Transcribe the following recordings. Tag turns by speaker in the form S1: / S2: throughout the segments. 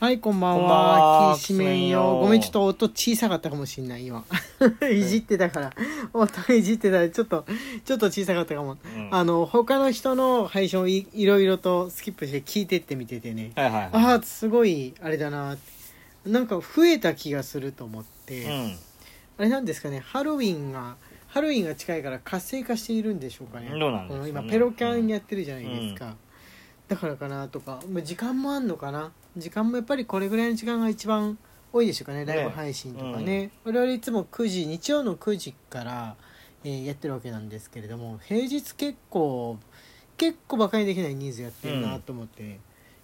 S1: はい、こんばん
S2: こんばん
S1: は。
S2: は
S1: きしめんよ。ごめん、ちょっと音小さかったかもしんない、今。いじってたから。音いじってたら、ちょっと、ちょっと小さかったかも。
S2: うん
S1: あの、他の人の配信をいいろいろとスキップして聞いてってみててね。
S2: はいはいはい
S1: ああ、すごい、あれだなって。なんか増えた気がすると思って。あれなんですかね、ハロウィンが、ハロウィンが近いから活性化しているんでしょうかね。
S2: どうなんですかね
S1: この今、ペロキャンやってるじゃないですか。だからかなとか、まあ時間もあんのかな。時間もやっぱりこれぐらいの時間が一番多いでしょうかね、ライブ配信とかね。我々いつも9時、日曜の9時から、えーやってるわけなんですけれども、平日結構、結構バカにできない人数やってるなと思って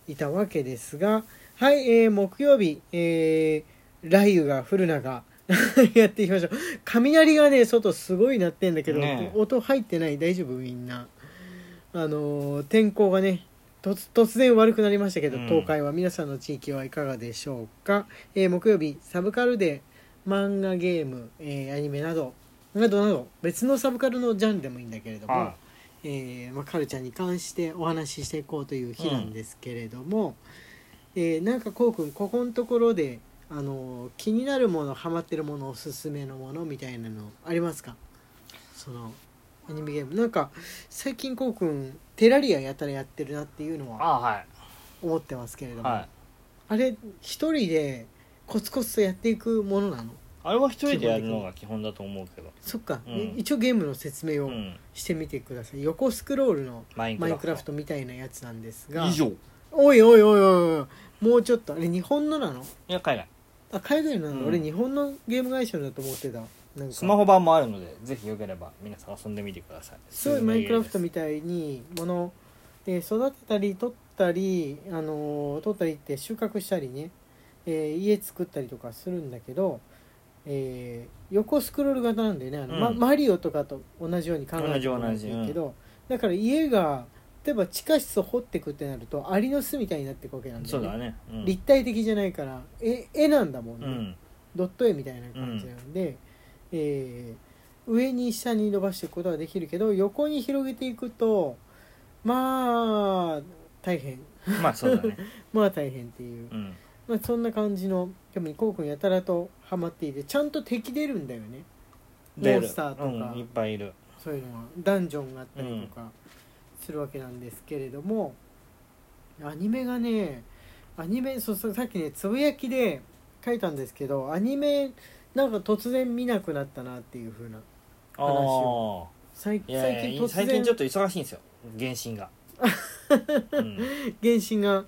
S1: いたわけですが、はい、えー木曜日、えー雷雨が降る中 やっていきましょう雷がね外すごい鳴ってんだけど、
S2: ねえ
S1: 音入ってない大丈夫みんなあのー天候がね突突然悪くなりましたけど
S2: うん
S1: 東海は皆さんの地域はいかがでしょうか、えー木曜日サブカルで漫画ゲーム、えーアニメなどなどなど別のサブカルのジャンルでもいいんだけれども、
S2: は
S1: えーまあ、カルチャーに関してお話ししていこうという日なんですけれども、えーなんかこうくんここのところで、あのー気になるものハマってるものおすすめのものみたいなのありますかそのアニメゲームなんか最近こうくんテラリアやたらやってるなっていうの
S2: い
S1: は
S2: あは
S1: 思ってますけれ
S2: い
S1: ども、
S2: はい
S1: あれ一人でコツコツとやっていくものなの
S2: あれは一人でやるのが基本だと思うけど
S1: そっか、
S2: うん
S1: え一応ゲームの説明
S2: う
S1: を
S2: ん
S1: してみてください、横スクロールの
S2: マイン
S1: マインク
S2: ク
S1: ラ
S2: ラ
S1: フ
S2: フ
S1: ト
S2: ト
S1: みたいなやつなんですが
S2: 以上い
S1: おいおいおいおいおいもうちょっとあれ日本のなの
S2: や海外
S1: あ海外のなの、
S2: うん
S1: 俺日本のゲーム会社のだと思ってたなんか
S2: スマホ版もあるのでぜひよければ皆さん遊んでみてください
S1: すごいマインクラフトみたいにもので育てたり取ったりあのー取ったりって収穫したりね、えー家作ったりとかするんだけど、えー横スクロール型なんだよねあの、
S2: うん
S1: まマリオとかと同じように考えてもらっていいけど、だから家が例えば地下室を掘っていくってなるとアリの巣みたいになっていくわけなんだ
S2: そ
S1: よ
S2: う
S1: ね
S2: だねうん
S1: 立体的じゃないから絵絵なんだもんね、
S2: うん
S1: ドット絵みたいな感じなんで、えー上に下に伸ばしていくことはできるけど横に広げていくとまあ大変
S2: まあそうだね
S1: まあ大変っていう、
S2: うん
S1: まあ、そんな感じのでもこうくんやたらとハマっていてちゃんと敵出るんだよね
S2: 出る
S1: モンスターとか
S2: うんいっぱいいる
S1: そういうのはダンジョンがあったりとかするわけなんですけれども、アニメがねアニメそうそうさっきねつぶやきで書いたんですけどアニメなんか突然見なくなったなっていう風な
S2: ああ
S1: 最
S2: いやいや
S1: 最近突然
S2: 最近ちょっと忙しいんですよ原神 がうん
S1: 原神が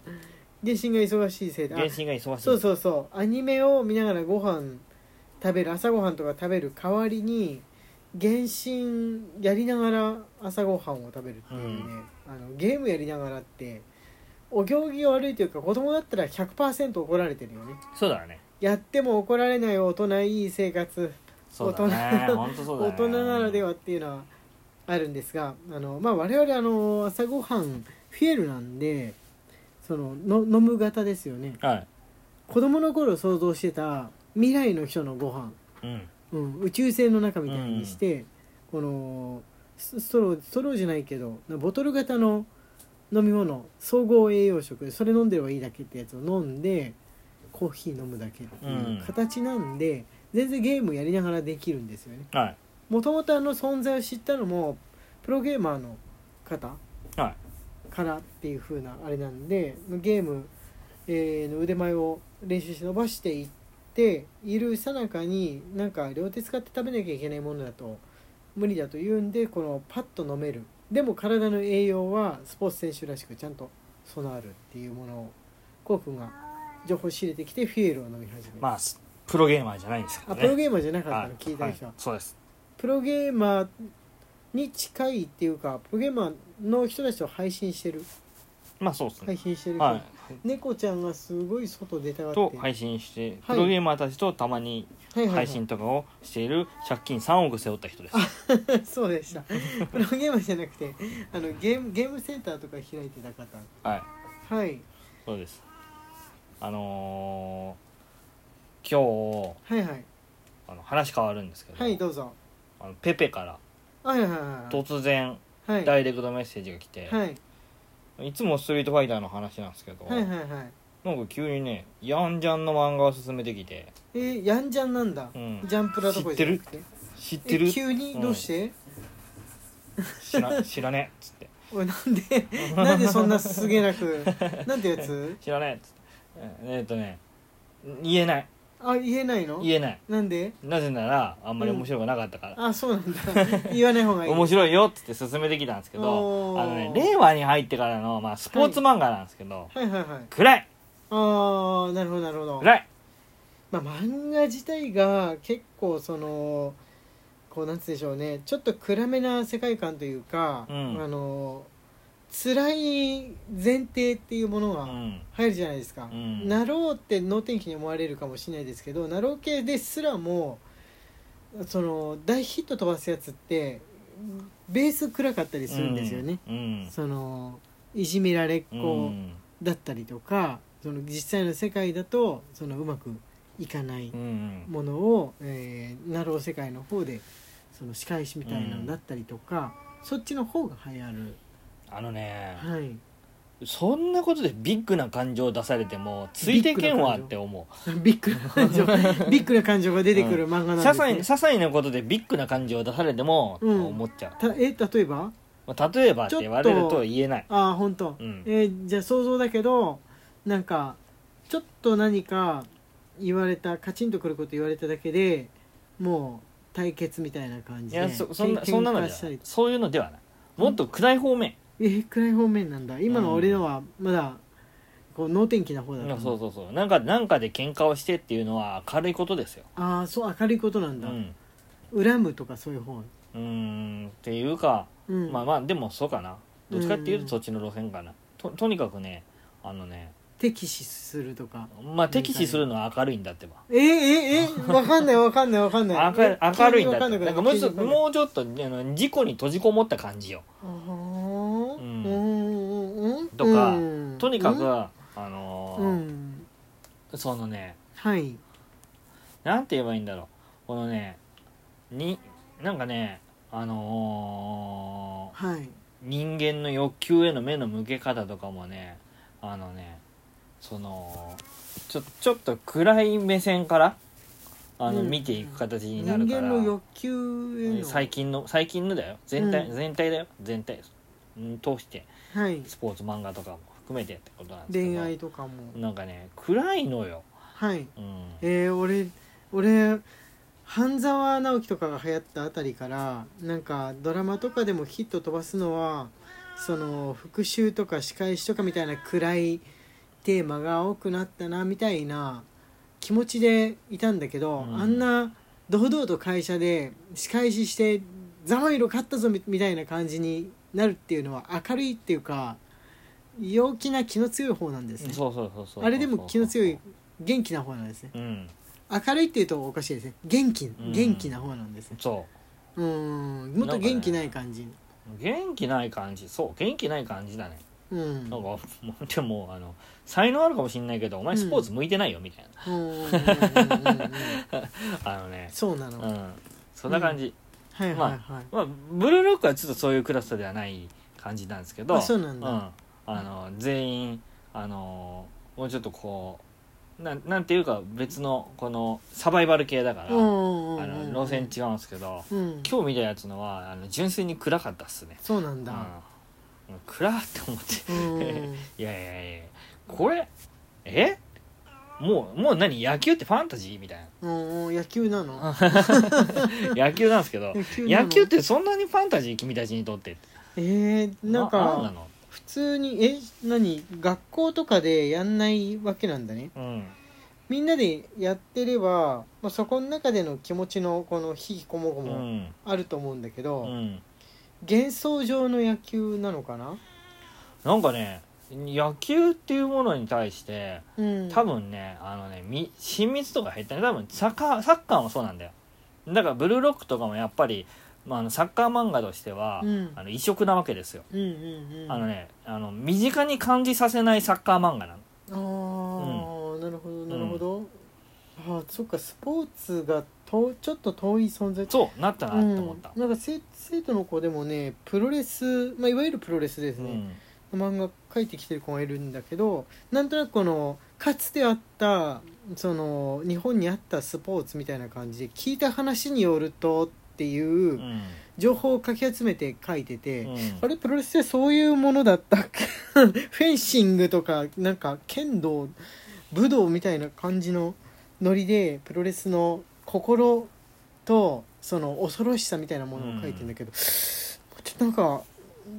S1: 原神が忙しいせいであ
S2: 原神が忙しい
S1: そうそうそうアニメを見ながらご飯食べる朝ごはんとか食べる代わりに原神やりながら朝ごはんを食べるっていうね、あのゲームやりながらってお行儀が悪いというか子供だったら100%怒られてるよね
S2: そうだね
S1: やっても怒られない大人いい生活
S2: そうだ
S1: 大
S2: ね
S1: 人
S2: 本当そうだ
S1: 大
S2: ね
S1: 人ならではっていうのはあるんですがあの、まあ、我々あの朝ごはんフィエルなんでそのの飲む型ですよね、
S2: はい
S1: 子供の頃想像してた未来の人のご飯、
S2: うん
S1: うん、宇宙船の中みたいにして、このスストローストローじゃないけどボトル型の飲み物総合栄養食それ飲んでればいいだけってやつを飲んでコーヒー飲むだけっていううん形なんで、全然ゲームやりながらできるんですよね
S2: はい
S1: もともとあの存在を知ったのもプロゲーマーの方
S2: は
S1: からっていう風なあれなんでゲーム、えーの腕前を練習して伸ばしていっているさなかになんか両手使って食べなきゃいけないものだと無理だというんでこのパッと飲めるでも体の栄養はスポーツ選手らしくちゃんと備わるっていうものをこうくんが情報仕入れてきてフィエールを飲み始める、
S2: まあすプロゲーマーじゃないんですけど
S1: あ
S2: ね
S1: プロゲーマーじゃなかった
S2: は
S1: の
S2: い
S1: 聞いた人は
S2: は、いそうです
S1: プロゲーマーに近いっていうかプロゲーマーの人たちを配信してる
S2: まあそうです
S1: 配
S2: ね
S1: 信してるけど、
S2: は
S1: 猫ちゃんがすごい外出たが
S2: い
S1: っ
S2: と
S1: て
S2: 配信して
S1: は
S2: プ
S1: い
S2: ロゲーマーたちとたまに
S1: はいはいはい
S2: 配信とかをしている借金3億背負った人です
S1: そうでしたプロゲーマーじゃなくてあのゲームゲームセンターとか開いてた方
S2: はい
S1: はい
S2: そうですあのー今日
S1: はいはい
S2: あの話変わるんですけど
S1: はいどうぞ
S2: あのペペから
S1: はいはいはい
S2: 突然
S1: はい
S2: ダイレクトメッセージが来て
S1: はい
S2: いつもストリートファイターの話なんですけど
S1: はいはいはい
S2: なんか急にねヤンジャンの漫画を勧めてきて
S1: えー、やんじゃんなんだ、
S2: うん
S1: ジャンプラとかじゃなくて
S2: 知ってる
S1: え急にどうして、
S2: 知ら知らねえっつって
S1: おいなんで なんでそんなすげえなくなんてやつ
S2: 知らねえっつってえーっとね言えない
S1: あ言えないの
S2: 言えない
S1: なんで
S2: なぜならあんまり面白くなかったから、
S1: あそうなんだ言わない方がいい
S2: 面白いよっつって勧めてきたんですけど
S1: おー
S2: あのね令和に入ってからの、まあ、スポーツ漫画なんですけど、
S1: はいはいはい
S2: 暗い
S1: ああなるほどなるほど、
S2: 暗い
S1: まあ、漫画自体が結構そのこうなんつうんでしょうねちょっと暗めな世界観というか、
S2: うん
S1: あの辛い前提っていうもの
S2: う
S1: が
S2: ん
S1: 入るじゃないですか、
S2: うん
S1: なろうって能天気に思われるかもしれないですけどなろう系ですらもその大ヒット飛ばすやつってベース暗かったりするんですよね、
S2: うん
S1: そのいじめられっ子、
S2: うん
S1: だったりとかその実際の世界だとそのうまくいかない
S2: うん
S1: ものを、えー、ナロー世界の方でその仕返しみたいなのだったりとか、そっちの方が流行る、
S2: あのね
S1: はい、
S2: そんなことでビッグな感情を出されてもついてけんわって思う
S1: ビッグな感 情ビッグな感情が出てくる漫画
S2: 些
S1: なんです
S2: 細
S1: ね、
S2: 些細なことでビッグな感情を出されても
S1: うん
S2: 思っちゃ
S1: たえ例えば
S2: う、まあ、例えばって言われる
S1: ちょっ
S2: と
S1: と
S2: 言えない
S1: ああ本当、
S2: うん
S1: えーじゃあ想像だけどなんかちょっと何か言われたカチンとくること言われただけでもう対決みたいな感
S2: い
S1: じで
S2: やそそんなそんなの
S1: 喧嘩
S2: じ
S1: した
S2: ゃな
S1: り
S2: いそういうのではないもっと暗い方面
S1: えー、暗い方面なんだ今の俺のはまだこう能天気な方だった
S2: うんそうそうそうなんかなんかで喧嘩をしてっていうのは明るいことですよ
S1: ああそう明るいことなん
S2: う
S1: だ、
S2: ん
S1: 恨むとかそういう方、
S2: うーんっていうか
S1: うん
S2: まあまあでもそうかなどっちかっていう
S1: う
S2: と
S1: ん
S2: そっちの路線かなととにかくねあのね
S1: 敵視するとか
S2: まあ敵視するのは明るいんだってば
S1: えー、えー、え ー、わかんないわかんないわかんな
S2: 明
S1: い
S2: る明るいんだ
S1: わ
S2: っ
S1: かん
S2: てな
S1: なくなんる
S2: かもうちょっと
S1: 急にわかんなくなる
S2: もうちょっとねあの事故に閉じこもった感じよ
S1: あー
S2: うん
S1: うんうんうん
S2: とか
S1: うん
S2: とにかく
S1: うん
S2: あ
S1: う
S2: の
S1: ん
S2: ーそのね
S1: はい
S2: なんて言えばいいんだろうこのねになんかねあのー
S1: はい
S2: 人間の欲求への目の向け方とかもねあのねそのちょちょっと暗い目線からあの、
S1: うん
S2: 見ていく形に
S1: 人
S2: なるか
S1: 間
S2: ら
S1: の欲求への
S2: 最近の最近のだよ全体、
S1: うん
S2: 全体だよ全体うん通して
S1: はい
S2: スポーツ漫画とかも含めてってことなんですけど
S1: 恋愛とかも
S2: なんかね暗いのよ、
S1: はい
S2: うん、
S1: えー、俺俺半沢直樹とかが流行ったあたりからなんかドラマとかでもヒット飛ばすのはその復讐とか仕返しとかみたいな暗いテーマが多くなったなみたいな気持ちでいたんだけど、
S2: うん
S1: あんな堂々と会社で仕返しして「ざまいろ勝ったぞ」みみたいな感じになるっていうのは明るいっていうか陽気な気の強い方なんですね
S2: そうそうそうそう
S1: あれでも気の強い元気な方なんですね
S2: うん
S1: 明るいっていうとおかしいですね元気
S2: ん
S1: 元気な方なんですね
S2: そう
S1: ーんもっと元気ない感じ、
S2: う元気ない感じそう元気ない感じだね
S1: うん
S2: なんか もうでもあの才能あるかもしんないけどお前スポーツ向いてないよみたいな、
S1: うんうんうんうんうん
S2: あのね
S1: そうな
S2: う
S1: の、はい
S2: んそんな感じ、
S1: はいはい、
S2: まあブルーロックはちょっとそういうクラスターではない感じなんですけど
S1: あそうなんだ
S2: うんあの全員あのもうちょっとこうなんなんていうか別のこのサバイバル系だから、
S1: うん
S2: あの路線違うんですけど、
S1: うん
S2: 今日見たやつのはあの純粋に暗かったっすね、
S1: そうなんだ
S2: うん、暗って思って
S1: うん、
S2: いやいやいやこれえもうもう何野球ってファンタジーみたい
S1: うん、野球なの
S2: な野球なんですけど
S1: 野球なの
S2: 野球ってそんなにファンタジー君たちにとって
S1: えー、なん
S2: な
S1: か
S2: の、
S1: 普通にえ何学校とかでやんないわけなんだね
S2: うん、
S1: みんなでやってれば、まあ、そこの中での気持ちのこの悲喜こもご
S2: う
S1: も
S2: ん
S1: あると思うんだけど、
S2: うん
S1: 幻想上の野球なのかな、
S2: なんかね野球っていうものに対して
S1: うん、
S2: 多分ねあのねみ親密度が減ったね多分サッカーサッカーもそうなんだよだからブルーロックとかもやっぱり、まあ、あのサッカー漫画としては、
S1: うん
S2: あの異色なわけですよ、
S1: うんうんうん
S2: あのねあの身近に感じさせないサッカー漫画なの
S1: あーなるほどなるほど、あーそっかスポーツがとちょっと遠い存在
S2: そうなったなって思った、
S1: うん、なんか生生徒の子でもねプロレス、まあ、いわゆるプロレスですね、漫画描いてきてる子がいるんだけどなんとなくこのかつてあったその日本にあったスポーツみたいな感じで聞いた話によるとっていううん情報をかき集めて書いてて、
S2: うん
S1: あれプロレスってそういうものだったっけ フェンシングとかなんか剣道武道みたいな感じのノリでプロレスの心とその恐ろしさみたいなものを書いてんだけど、ちょっとなんか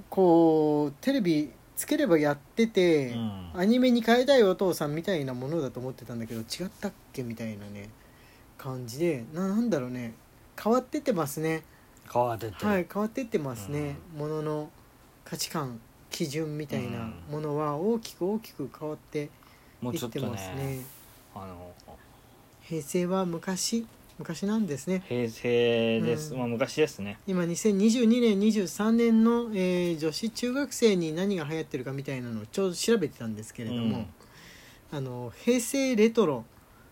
S1: こうテレビつければやってて、
S2: うん
S1: アニメに変えたいお父さんみたいなものだと思ってたんだけど違ったっけみたいなね感じでななんだろうね変わってってますね。
S2: 変わってて、
S1: はい、変わってってますね、ものの価値観基準みたいなものは大きく大きく変わって
S2: もう
S1: い
S2: ちょ
S1: っ
S2: ってと
S1: ますね
S2: ねあの
S1: 平成は昔昔なんですね
S2: 平成です、
S1: うん
S2: まあ昔ですね
S1: 今2022年23年の、えー女子中学生に何が流行ってるかみたいなのをちょうど調べてたんですけれども、あの平成レトロ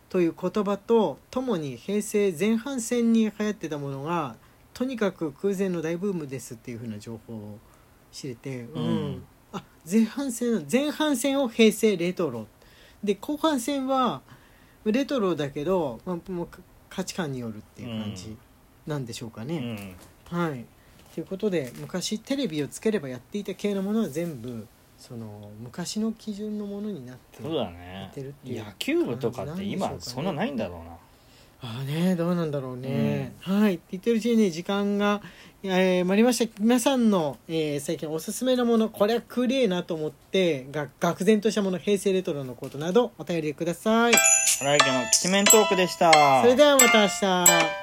S1: という言葉とともに平成前半戦に流行ってたものがとにかく空前の大ブームですっていうふうな情報を知れて、うん
S2: うん
S1: あ前半戦前半戦を平成レトロで後半戦はレトロだけど、まあ、もう価値観によるっていう感じなんでしょうかね。
S2: うん
S1: はい、ということで昔テレビをつければやっていた系のものは全部その昔の基準のものになって
S2: そうだ
S1: や
S2: ね
S1: ってるっていう
S2: 野球部とかって今
S1: 感じ
S2: そ
S1: な
S2: ん
S1: んでしょうかね
S2: なないんだろうな
S1: ああねどうなんだろうね、はいって言ってるうちにね時間が、えー、回りました皆さんの、えー最近おすすめのものこれはくれえなと思ってが愕然としたもの平成レトロのことなどお便りください
S2: 来月のきちめんトークでした
S1: それではまた明日